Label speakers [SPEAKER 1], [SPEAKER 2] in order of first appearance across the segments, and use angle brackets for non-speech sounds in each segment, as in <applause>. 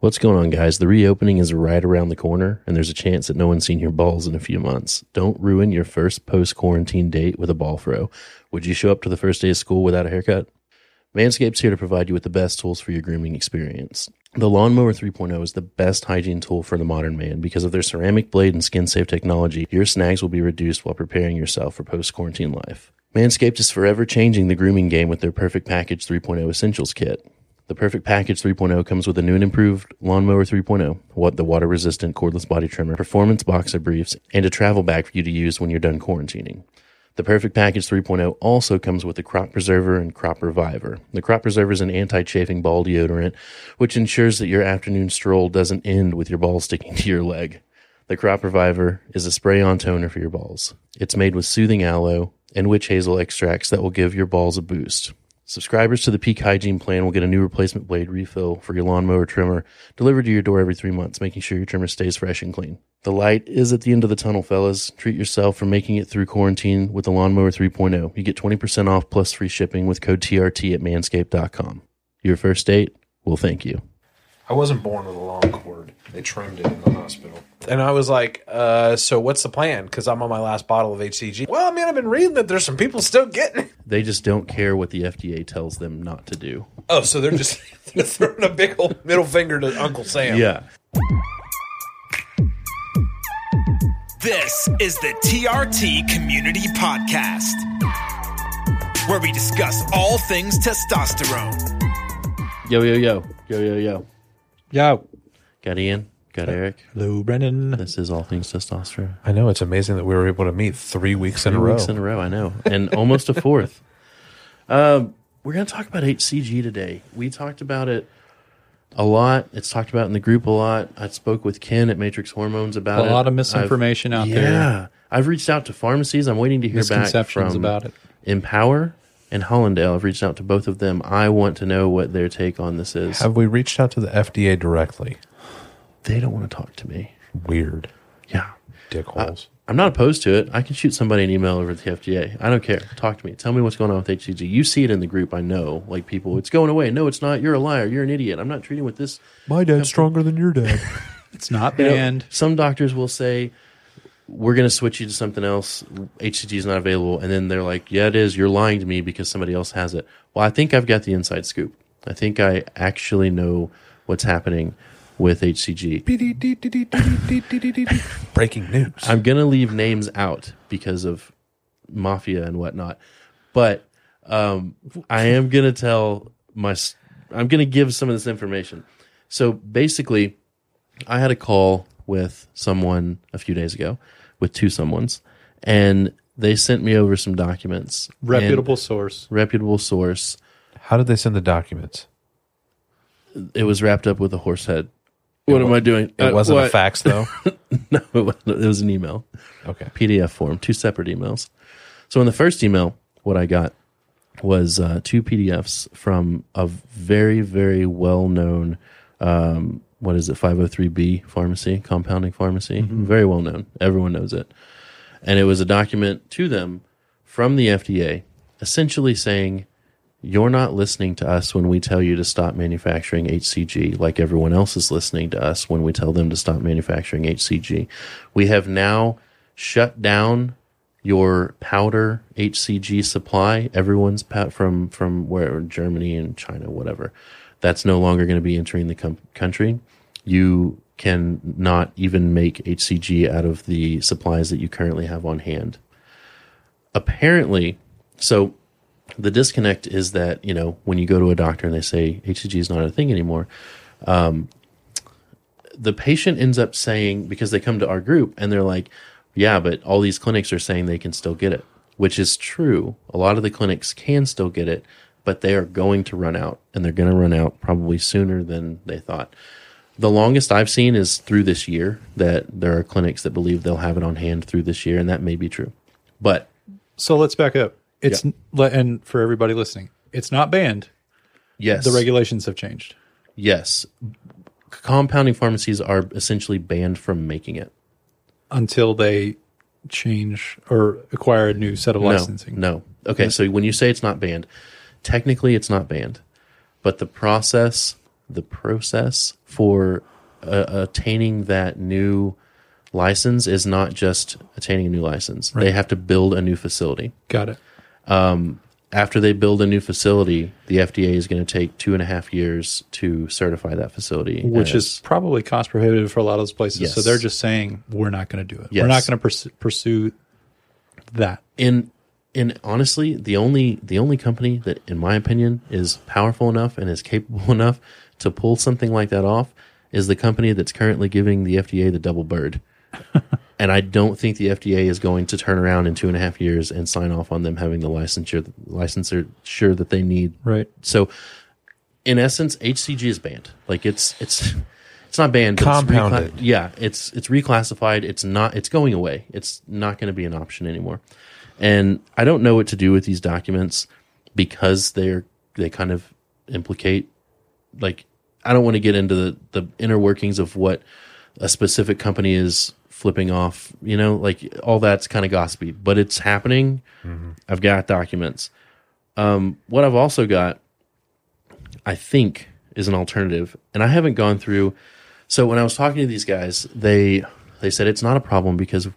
[SPEAKER 1] What's going on, guys? The reopening is right around the corner, and there's a chance that no one's seen your balls in a few months. Don't ruin your first post quarantine date with a ball throw. Would you show up to the first day of school without a haircut? Manscaped's here to provide you with the best tools for your grooming experience. The Lawnmower 3.0 is the best hygiene tool for the modern man because of their ceramic blade and skin safe technology. Your snags will be reduced while preparing yourself for post quarantine life. Manscaped is forever changing the grooming game with their Perfect Package 3.0 Essentials Kit. The Perfect Package 3.0 comes with a new and improved Lawnmower 3.0, what the water resistant cordless body trimmer, performance boxer briefs, and a travel bag for you to use when you're done quarantining. The Perfect Package 3.0 also comes with a crop preserver and crop reviver. The crop preserver is an anti chafing ball deodorant, which ensures that your afternoon stroll doesn't end with your ball sticking <laughs> to your leg. The crop reviver is a spray on toner for your balls. It's made with soothing aloe and witch hazel extracts that will give your balls a boost. Subscribers to the Peak Hygiene Plan will get a new replacement blade refill for your lawnmower trimmer delivered to your door every three months, making sure your trimmer stays fresh and clean. The light is at the end of the tunnel, fellas. Treat yourself for making it through quarantine with the Lawnmower 3.0. You get 20% off plus free shipping with code TRT at manscaped.com. Your first date will thank you.
[SPEAKER 2] I wasn't born with a long cord. They trimmed it in the hospital. And I was like, uh, so what's the plan? Because I'm on my last bottle of HCG. Well, I mean, I've been reading that there's some people still getting it.
[SPEAKER 1] They just don't care what the FDA tells them not to do.
[SPEAKER 2] Oh, so they're just <laughs> they're throwing a big old middle finger to Uncle Sam.
[SPEAKER 3] This is the TRT Community Podcast, where we discuss all things testosterone.
[SPEAKER 1] Yo, yo, yo. Yo, yo, yo.
[SPEAKER 2] Yo.
[SPEAKER 1] Got Ian. Got Eric.
[SPEAKER 2] Hello, Brendan.
[SPEAKER 1] This is All Things Testosterone.
[SPEAKER 2] I know. It's amazing that we were able to meet three weeks in a
[SPEAKER 1] Three
[SPEAKER 2] row.
[SPEAKER 1] weeks in a row, I know, and almost a
[SPEAKER 4] <laughs>
[SPEAKER 1] fourth. Um, we're going to talk about HCG today. We talked about it a lot. It's talked about in the group a lot. I spoke with Ken at Matrix Hormones about
[SPEAKER 4] a
[SPEAKER 1] it.
[SPEAKER 4] lot of
[SPEAKER 1] I've-
[SPEAKER 4] misinformation out
[SPEAKER 1] yeah,
[SPEAKER 4] there.
[SPEAKER 1] I've reached out to pharmacies. I'm waiting to hear back
[SPEAKER 4] Misconceptions
[SPEAKER 1] from
[SPEAKER 4] about it.
[SPEAKER 1] Empower and Hollandale. I've reached out to both of them. I want to know what their take on this is.
[SPEAKER 2] Have we reached out to the FDA directly?
[SPEAKER 1] they don't want to talk to me.
[SPEAKER 2] Weird.
[SPEAKER 1] Yeah.
[SPEAKER 2] Dickholes.
[SPEAKER 1] I'm not opposed to it. I can shoot somebody an email over at the FDA. I don't care. Talk to me. Tell me what's going on with HCG. You see it in the group. I know. Like people, it's going away. No, it's not. You're a liar. You're an idiot. I'm not treating with this.
[SPEAKER 2] My dad's stronger than your <laughs> dad.
[SPEAKER 4] It's not
[SPEAKER 1] You know,
[SPEAKER 4] banned.
[SPEAKER 1] some doctors will say, "We're going to switch you to something else. HCG is not available." And then they're like, "Yeah, it is. You're lying to me because somebody else has it." Well, I think I've got the inside scoop. I think I actually know what's happening with HCG.
[SPEAKER 2] Breaking news.
[SPEAKER 1] I'm gonna leave names out because of mafia and whatnot, but um, I am gonna tell my s- I'm gonna give some of this information. So basically, I had a call with someone a few days ago, with two someone's, and they sent me over some documents, and-
[SPEAKER 4] Reputable source.
[SPEAKER 1] reputable source.
[SPEAKER 2] How did they send the documents?
[SPEAKER 1] It was wrapped up with a horse head. What am I doing?
[SPEAKER 2] It wasn't
[SPEAKER 1] Uh, what?
[SPEAKER 2] a fax, though.
[SPEAKER 1] No, <laughs> it wasn't. It was an email.
[SPEAKER 2] Okay.
[SPEAKER 1] PDF form, two separate emails. So in the first email, what I got was uh, two PDFs from a very, very well known, um, what is it, 503B pharmacy, compounding pharmacy. Very well known. Everyone knows it. And it was a document to them from the FDA essentially saying, you're not listening to us when we tell you to stop manufacturing HCG, like everyone else is listening to us when we tell them to stop manufacturing HCG. We have now shut down your powder HCG supply. Everyone's pat from from where Germany and China, whatever. That's no longer going to be entering the com- country. You can not even make HCG out of the supplies that you currently have on hand. Apparently, so the disconnect is that you know when you go to a doctor and they say HCG is not a thing anymore, um, the patient ends up saying because they come to our group and they're like, yeah, but all these clinics are saying they can still get it, which is true. A lot of the clinics can still get it. but they are going to run out and they're going to run out probably sooner than they thought. The longest I've seen is through this year that there are clinics that believe they'll have it on hand through this year, and that may be true. But
[SPEAKER 4] So let's back up. It's
[SPEAKER 1] Yeah.
[SPEAKER 4] le- and for everybody listening, it's not banned.
[SPEAKER 1] yes,
[SPEAKER 4] The regulations have changed.
[SPEAKER 1] yes, compounding pharmacies are essentially banned from making it.
[SPEAKER 4] until they change or acquire a new set of licensing.
[SPEAKER 1] No, no. Okay, so when you say it's not banned, technically it's not banned, but the process, the process for uh, attaining that new license is not just attaining a new license. They have to build a new facility.
[SPEAKER 4] Got it.
[SPEAKER 1] After they build a new facility, the FDA is going to take two and a half years to certify that facility,
[SPEAKER 4] Which
[SPEAKER 1] as-
[SPEAKER 4] is probably cost prohibitive for a lot of those places. So
[SPEAKER 1] Yes.
[SPEAKER 4] they're just saying we're not going to do it.
[SPEAKER 1] Yes.
[SPEAKER 4] We're not going to pers- pursue that.
[SPEAKER 1] and and honestly, the only the only company that, in my opinion, is powerful enough and is capable <laughs> enough to pull something like that off is the company that's currently giving the FDA the double bird. and I don't think the FDA is going to turn around in two and a half years and sign off on them having the licensure licensure sure that they need.
[SPEAKER 4] Right.
[SPEAKER 1] So, in essence, HCG is banned. Like it's it's it's not banned. but
[SPEAKER 2] Compounded.
[SPEAKER 1] It's recla- yeah, it's it's reclassified. It's not. It's going away. It's not going to be an option anymore. And I don't know what to do with these documents because they're they kind of implicate like I don't want to get into the the inner workings of what a specific company is flipping off. You know, like all that's kind of gossipy, but it's happening. I've got documents. Um, what I've also got, I think, is an alternative, and I haven't gone through. So when I was talking to these guys, they they said it's not a problem because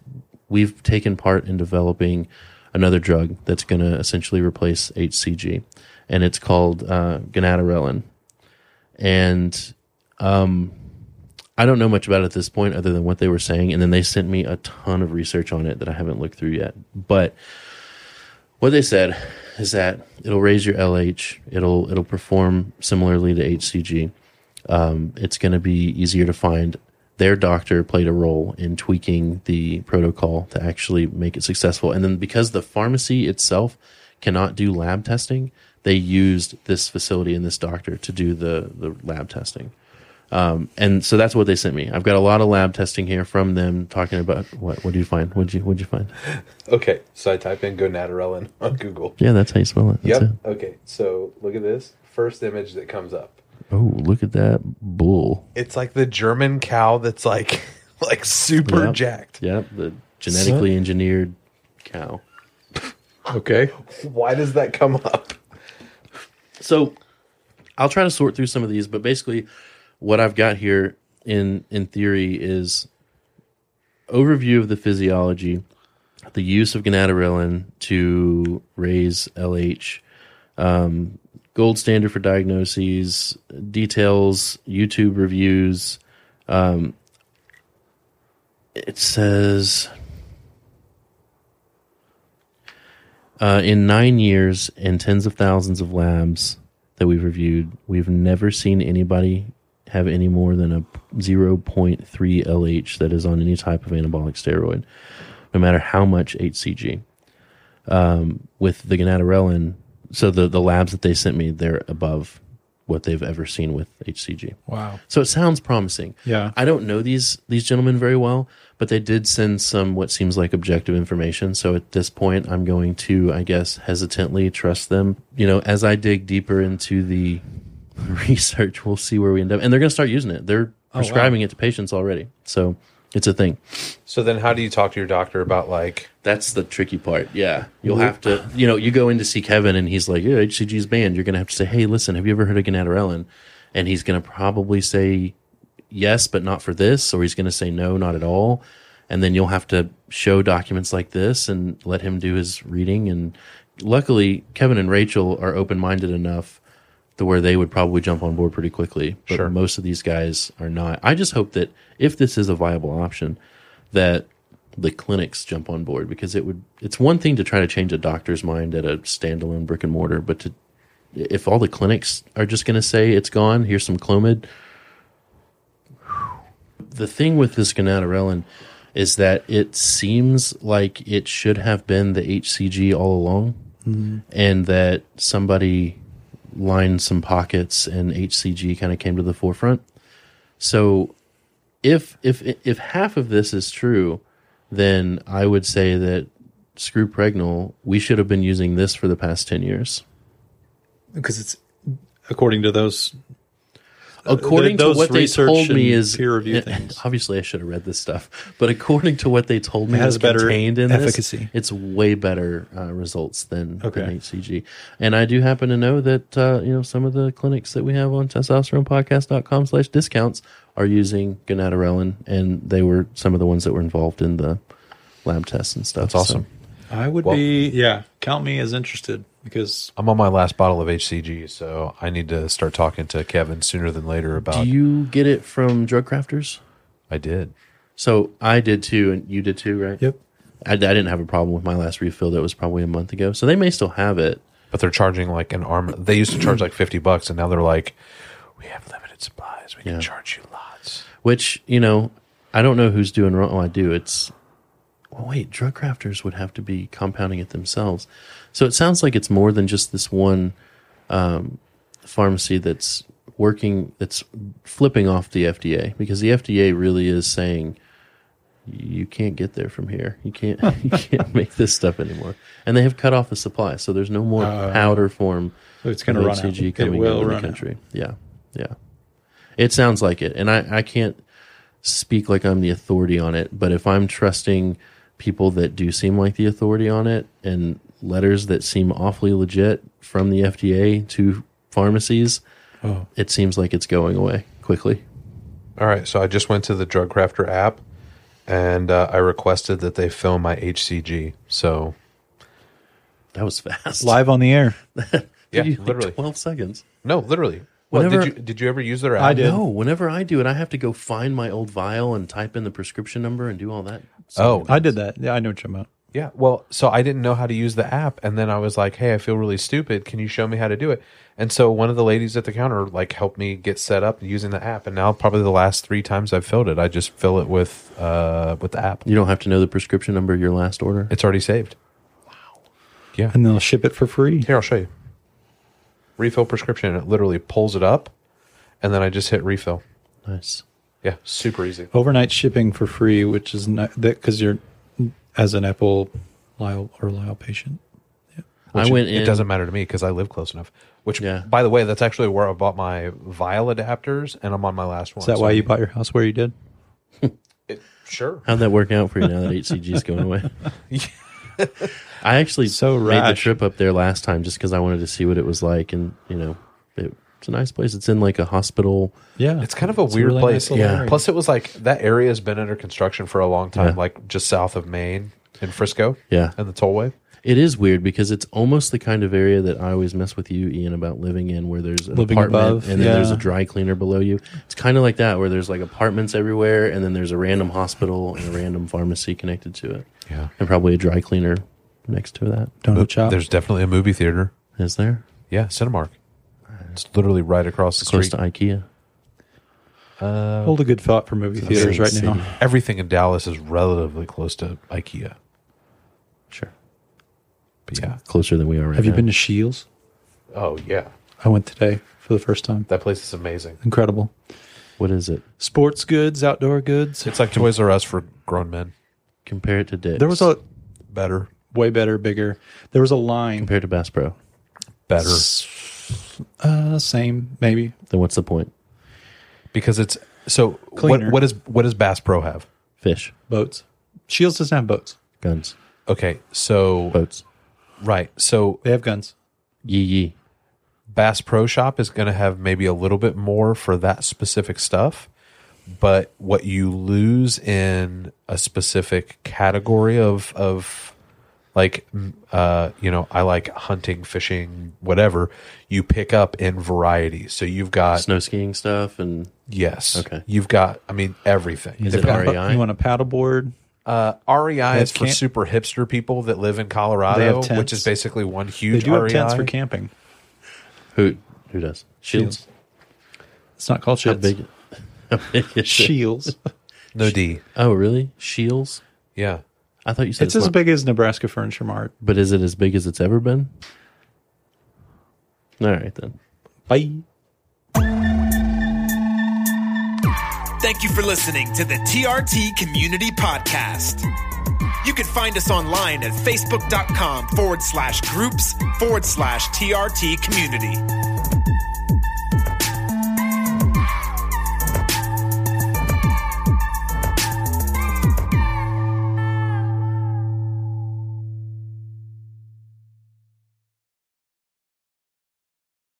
[SPEAKER 1] we've taken part in developing another drug that's going to essentially replace HCG, and it's called uh, ganadarelin. And um, I don't know much about it at this point other than what they were saying. And then they sent me a ton of research on it that I haven't looked through yet. But what they said is that it'll raise your LH, it'll it'll perform similarly to HCG. Um, it's going to be easier to find. Their doctor played a role in tweaking the protocol to actually make it successful. And then because the pharmacy itself cannot do lab testing, they used this facility and this doctor to do the, the lab testing Um, and so that's what they sent me. I've got a lot of lab testing here from them talking about what what do you find? What'd you what'd you find?
[SPEAKER 2] Okay, so I type in gonadarelin on Google.
[SPEAKER 1] Yeah, that's how you spell it. That's
[SPEAKER 2] Yep.
[SPEAKER 1] it.
[SPEAKER 2] Okay, so look at this first image that comes up.
[SPEAKER 1] Oh, look at that bull.
[SPEAKER 2] It's like the German cow that's like <laughs> like super
[SPEAKER 1] Yep.
[SPEAKER 2] jacked.
[SPEAKER 1] Yep, the genetically engineered cow.
[SPEAKER 4] Okay.
[SPEAKER 2] Why does that come up?
[SPEAKER 1] So I'll try to sort through some of these, but basically what I've got here in in theory is overview of the physiology, the use of gonadarelin to raise LH, um, gold standard for diagnoses, details, YouTube reviews. Um, it says Uh, in nine years and tens of thousands of labs that we've reviewed, we've never seen anybody have any more than a 0.3 LH that is on any type of anabolic steroid, no matter how much HCG. Um, with the gonadarelin, so the, the labs that they sent me, they're above what they've ever seen with HCG.
[SPEAKER 4] Wow.
[SPEAKER 1] So it sounds promising.
[SPEAKER 4] Yeah.
[SPEAKER 1] I don't know these these gentlemen very well, but they did send some what seems like objective information. So at this point, I'm going to, I guess, hesitantly trust them. You know, as I dig deeper into the <laughs> research, we'll see where we end up. And they're going to start using it. They're prescribing it to patients already. So it's a thing.
[SPEAKER 2] So then, how do you talk to your doctor about like?
[SPEAKER 1] That's the tricky part. Yeah. You'll have to, you know, you go in to see Kevin and he's like, yeah, HCG's banned. You're going to have to say, hey, listen, have you ever heard of Ganadarelin? And he's going to probably say yes, but not for this, or he's going to say no, not at all. And then you'll have to show documents like this and let him do his reading. And luckily, Kevin and Rachel are open minded enough to where they would probably jump on board pretty quickly. But
[SPEAKER 2] Sure.
[SPEAKER 1] most of these guys are not. I just hope that if this is a viable option, that the clinics jump on board because it would it's one thing to try to change a doctor's mind at a standalone brick and mortar but to if all the clinics are just going to say it's gone here's some clomid the thing with this gonadarelin is that it seems like it should have been the HCG all along, and that somebody lined some pockets, and HCG kind of came to the forefront. So, if if if half of this is true, then I would say that screw Pregnol, we should have been using this for the past ten years.
[SPEAKER 4] because it's according to those.
[SPEAKER 1] according
[SPEAKER 4] those
[SPEAKER 1] to what they
[SPEAKER 4] research
[SPEAKER 1] told me
[SPEAKER 4] and
[SPEAKER 1] is
[SPEAKER 4] peer review
[SPEAKER 1] and-
[SPEAKER 4] things.
[SPEAKER 1] Obviously, I should have read this stuff, but according to what they told me,
[SPEAKER 4] It has
[SPEAKER 1] is
[SPEAKER 4] better
[SPEAKER 1] contained in
[SPEAKER 4] efficacy.
[SPEAKER 1] This, it's way better uh, results than,
[SPEAKER 4] Okay.
[SPEAKER 1] than HCG. And I do happen to know that uh, you know some of the clinics that we have on testosteronepodcast.com slash discounts are using gonadirellin, and they were some of the ones that were involved in the lab tests and stuff. That's
[SPEAKER 2] awesome.
[SPEAKER 4] I would be yeah. Count me as interested because
[SPEAKER 2] I'm on my last bottle of HCG, so I need to start talking to Kevin sooner than later about.
[SPEAKER 1] do you get it from drug crafters?
[SPEAKER 2] I did.
[SPEAKER 1] So I did too, and you did too, right?
[SPEAKER 4] yep.
[SPEAKER 1] I, I didn't have a problem with my last refill. That was probably a month ago. So they may still have it.
[SPEAKER 2] But they're charging like an arm. They used to charge like 50 bucks, and now they're like, we have limited supplies. We can
[SPEAKER 1] Yeah.
[SPEAKER 2] charge you lots.
[SPEAKER 1] Which you know, I don't know who's doing wrong. Oh, I do. It's well, wait. Drug crafters would have to be compounding it themselves. So it sounds like it's more than just this one um, pharmacy that's working. That's flipping off the FDA because the FDA really is saying you can't get there from here. You can't. <laughs> you can't make this stuff anymore. And they have cut off the supply, so there's no more powder form.
[SPEAKER 4] So it's gonna
[SPEAKER 1] of
[SPEAKER 4] run out.
[SPEAKER 1] HCG
[SPEAKER 4] It
[SPEAKER 1] coming
[SPEAKER 4] will
[SPEAKER 1] into
[SPEAKER 4] run
[SPEAKER 1] the
[SPEAKER 4] out.
[SPEAKER 1] country. Yeah, yeah. It sounds like it, and I, I can't speak like I'm the authority on it. But if I'm trusting people that do seem like the authority on it, and letters that seem awfully legit from the FDA to pharmacies,
[SPEAKER 4] Oh.
[SPEAKER 1] it seems like it's going away quickly.
[SPEAKER 2] All right. So I just went to the Drug Crafter app and uh, I requested that they film my HCG. So,
[SPEAKER 1] That was fast. <laughs>
[SPEAKER 4] Live on the air.
[SPEAKER 2] yeah,
[SPEAKER 1] Took you, like,
[SPEAKER 2] literally.
[SPEAKER 1] twelve seconds.
[SPEAKER 2] No, literally. What,
[SPEAKER 1] Whenever-
[SPEAKER 2] did you did you ever use their app?
[SPEAKER 4] I did.
[SPEAKER 1] No, whenever I do it, I have to go find my old vial and type in the prescription number and do all that.
[SPEAKER 2] Oh,
[SPEAKER 4] I did that. Yeah, I know what you're talking about.
[SPEAKER 2] Yeah. Well, so I didn't know how to use the app, and then I was like, "Hey, I feel really stupid. Can you show me how to do it?" And so one of the ladies at the counter like helped me get set up using the app, and now probably the last three times I've filled it, I just fill it with uh with the app.
[SPEAKER 1] You don't have to know the prescription number of your last order.
[SPEAKER 2] It's already saved.
[SPEAKER 4] And they'll ship it for free.
[SPEAKER 2] Here, I'll show you. Refill prescription. It literally pulls it up, and then I just hit refill.
[SPEAKER 1] Nice.
[SPEAKER 2] Yeah, super easy.
[SPEAKER 4] Overnight shipping for free, which is not that because you're as an Apple Lyle or Lyle patient.
[SPEAKER 1] I went in.
[SPEAKER 2] It doesn't matter to me because I live close enough. Which,
[SPEAKER 1] Yeah.
[SPEAKER 2] by the way, that's actually where I bought my vial adapters, and I'm on my last one.
[SPEAKER 4] Is that why you bought your house where you did?
[SPEAKER 2] Sure.
[SPEAKER 1] How'd that work out for you now that HCG's going
[SPEAKER 4] <laughs>
[SPEAKER 1] away? I actually
[SPEAKER 4] So
[SPEAKER 1] made the
[SPEAKER 4] rash.
[SPEAKER 1] trip up there last time just because I wanted to see what it was like, and you know, it, it's a nice place. It's in like a hospital.
[SPEAKER 4] Yeah,
[SPEAKER 2] It's kind of a
[SPEAKER 4] It's a
[SPEAKER 2] weird
[SPEAKER 4] really
[SPEAKER 2] place.
[SPEAKER 4] nice little
[SPEAKER 1] Yeah.
[SPEAKER 4] area.
[SPEAKER 2] Plus, it was like that area has been under construction for a long time,
[SPEAKER 1] Yeah.
[SPEAKER 2] like just south of Maine in Frisco.
[SPEAKER 1] Yeah.
[SPEAKER 2] And the tollway.
[SPEAKER 1] It is weird because it's almost the kind of area that I always mess with you, Ian, about living in, where there's an
[SPEAKER 4] Living
[SPEAKER 1] apartment
[SPEAKER 4] above,
[SPEAKER 1] and then there's a
[SPEAKER 4] yeah.
[SPEAKER 1] dry cleaner below you. It's kind of like that, where there's like apartments everywhere, and then there's a random hospital and a random pharmacy connected to it,
[SPEAKER 2] Yeah.
[SPEAKER 1] and probably a dry cleaner next to that.
[SPEAKER 4] donut shop.
[SPEAKER 2] There's definitely a movie theater.
[SPEAKER 1] Is there
[SPEAKER 2] Yeah, Cinemark. It's literally right across the
[SPEAKER 1] close
[SPEAKER 2] street.
[SPEAKER 1] to IKEA?
[SPEAKER 4] Hold a good thought for movie theaters right
[SPEAKER 1] city.
[SPEAKER 4] now.
[SPEAKER 2] Everything in Dallas is relatively close to IKEA.
[SPEAKER 1] Sure,
[SPEAKER 2] But yeah.
[SPEAKER 1] closer than we are right
[SPEAKER 4] Have
[SPEAKER 1] now.
[SPEAKER 4] you been to Shields?
[SPEAKER 2] Oh, yeah.
[SPEAKER 4] I went today for the first time.
[SPEAKER 2] That place is amazing.
[SPEAKER 4] Incredible.
[SPEAKER 1] What is it?
[SPEAKER 4] Sports goods, outdoor goods.
[SPEAKER 2] It's like Toys R Us for grown men.
[SPEAKER 1] Compare it to Dick's.
[SPEAKER 4] There was a
[SPEAKER 2] Better.
[SPEAKER 4] way better, bigger. There was a line.
[SPEAKER 1] compared to Bass Pro.
[SPEAKER 2] Better.
[SPEAKER 4] Uh, same, maybe.
[SPEAKER 1] Then what's the point?
[SPEAKER 2] Because it's so what,
[SPEAKER 4] Cleaner.
[SPEAKER 2] what is what does Bass Pro have?
[SPEAKER 1] Fish,
[SPEAKER 4] Boats. Shields doesn't have boats.
[SPEAKER 1] guns,
[SPEAKER 2] Okay, so
[SPEAKER 1] boats,
[SPEAKER 2] right. So
[SPEAKER 4] They have guns.
[SPEAKER 1] yee yee.
[SPEAKER 2] Bass Pro Shop is going to have maybe a little bit more for that specific stuff, but what you lose in a specific category of of like m- uh, you know, I like hunting, fishing, whatever, you pick up in variety. So you've got
[SPEAKER 1] Snow skiing stuff and
[SPEAKER 2] yes,
[SPEAKER 1] Okay.
[SPEAKER 2] you've got I mean everything.
[SPEAKER 1] is
[SPEAKER 2] They've
[SPEAKER 1] it E
[SPEAKER 2] got-
[SPEAKER 1] REI?
[SPEAKER 4] You want a paddleboard?
[SPEAKER 2] uh, REI is
[SPEAKER 4] have
[SPEAKER 2] for
[SPEAKER 4] camp-
[SPEAKER 2] super hipster people that live in
[SPEAKER 4] They
[SPEAKER 2] Colorado,
[SPEAKER 4] have
[SPEAKER 2] which
[SPEAKER 4] tents.
[SPEAKER 2] is basically one
[SPEAKER 4] They
[SPEAKER 2] huge E
[SPEAKER 4] do have
[SPEAKER 2] REI.
[SPEAKER 4] tents for camping.
[SPEAKER 1] Who who does shields?
[SPEAKER 4] It's not called
[SPEAKER 1] How
[SPEAKER 4] shields.
[SPEAKER 1] big? <laughs> How big is it?
[SPEAKER 4] Shields.
[SPEAKER 2] no D.
[SPEAKER 1] Oh, really? Shields?
[SPEAKER 2] Yeah.
[SPEAKER 1] I thought you said
[SPEAKER 4] it's
[SPEAKER 1] it's,
[SPEAKER 4] as
[SPEAKER 1] not-
[SPEAKER 4] big as Nebraska Furniture Mart.
[SPEAKER 1] But is it as big as it's ever been? All right then.
[SPEAKER 4] Bye.
[SPEAKER 3] Thank you for listening to the TRT Community Podcast. You can find us online at facebook.com forward slash groups forward slash TRT Community.